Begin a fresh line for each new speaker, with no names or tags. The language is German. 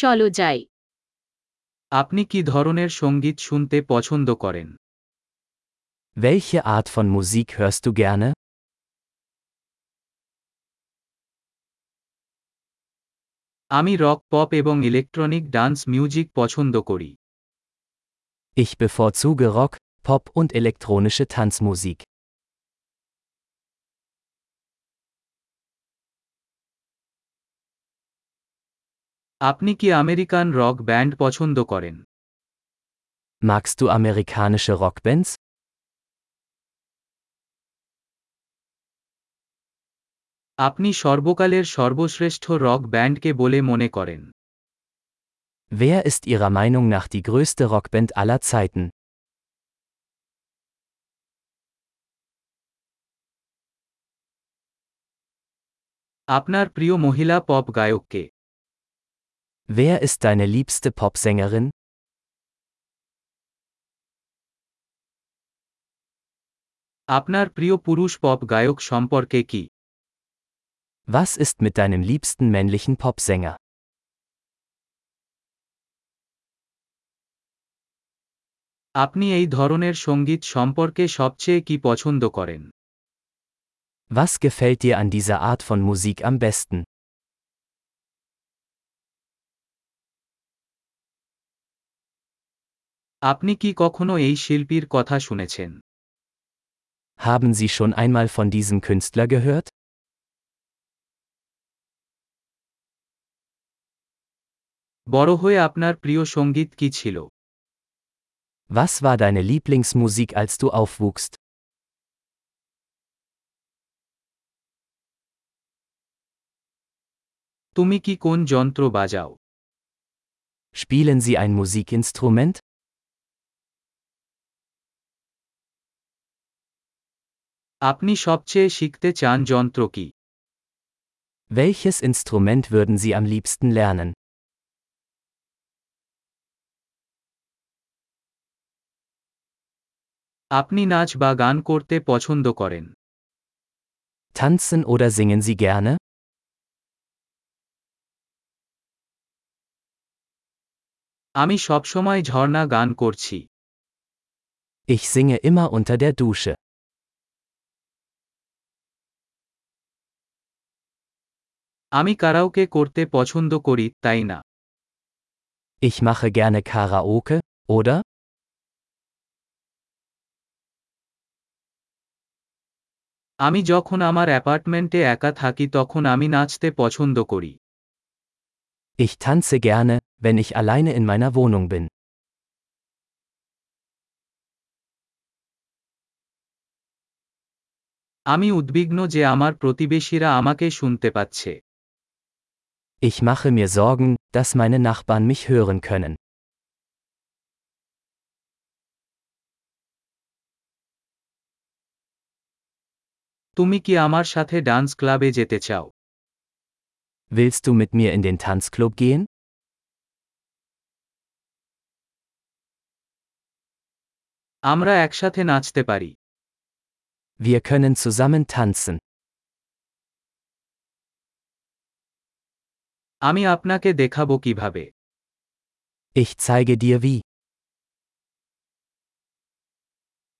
চলো যাই
আপনি কি ধরনের সঙ্গীত শুনতে পছন্দ করেন
Welche Art von Musik hörst du gerne?
আমি রক পপ এবং ইলেকট্রনিক ডান্স মিউজিক পছন্দ করি
Ich bevorzuge Rock, Pop und elektronische Tanzmusik.
আপনি কি আমেরিকান রক ব্যান্ড পছন্দ করেন
Magst du amerikanische Rockbands?
আপনি সর্বকালের সর্বশ্রেষ্ঠ রক ব্যান্ডকে বলে মনে করেন
Wer ist Ihrer Meinung nach die größte Rockband aller Zeiten?
আপনার প্রিয় মহিলা পপ গায়ককে
Wer ist deine liebste Popsängerin?
আপনার প্রিয় পুরুষ পপ গায়ক সম্পর্কে কি
Was ist mit deinem liebsten männlichen Popsänger?
আপনি এই ধরনের সঙ্গীত সম্পর্কে সবচেয়ে কি পছন্দ করেন
Was gefällt dir an dieser Art von Musik am besten?
আপনি কি কখনো এই শিল্পীর কথা শুনেছেন
Haben Sie schon einmal von diesem Künstler gehört?
বড় হয়ে আপনার প্রিয় সঙ্গীত কি ছিল
Was war deine Lieblingsmusik, als du aufwuchst?
তুমি কি কোন যন্ত্র বাজাও
Spielen Sie ein Musikinstrument?
আপনি সবচেয়ে শিখতে চান যন্ত্র কি
Welches Instrument würden Sie am liebsten lernen?
আপনি নাচ বা গান করতে পছন্দ করেন
Tanzen oder singen Sie gerne?
আমি সবসময় ঝর্ণা গান করছি
Ich singe immer unter der Dusche.
আমি কারাওকে করতে পছন্দ করি তাই না
Ich mache gerne Karaoke, oder?
আমি যখন আমার অ্যাপার্টমেন্টে একা থাকি তখন আমি নাচতে পছন্দ করি
Ich tanze gerne, wenn ich alleine in meiner Wohnung bin.
আমি উদ্বিগ্ন যে আমার প্রতিবেশীরা আমাকে শুনতে পাচ্ছে
Ich mache mir Sorgen, dass meine Nachbarn mich hören können.
তুমি কি আমার সাথে ডান্স ক্লাবে যেতে চাও
Willst du mit mir in den Tanzclub gehen?
আমরা একসাথে নাচতে পারি
Wir können zusammen tanzen.
আমি আপনাকে দেখাবো কিভাবে
Ich zeige dir wie.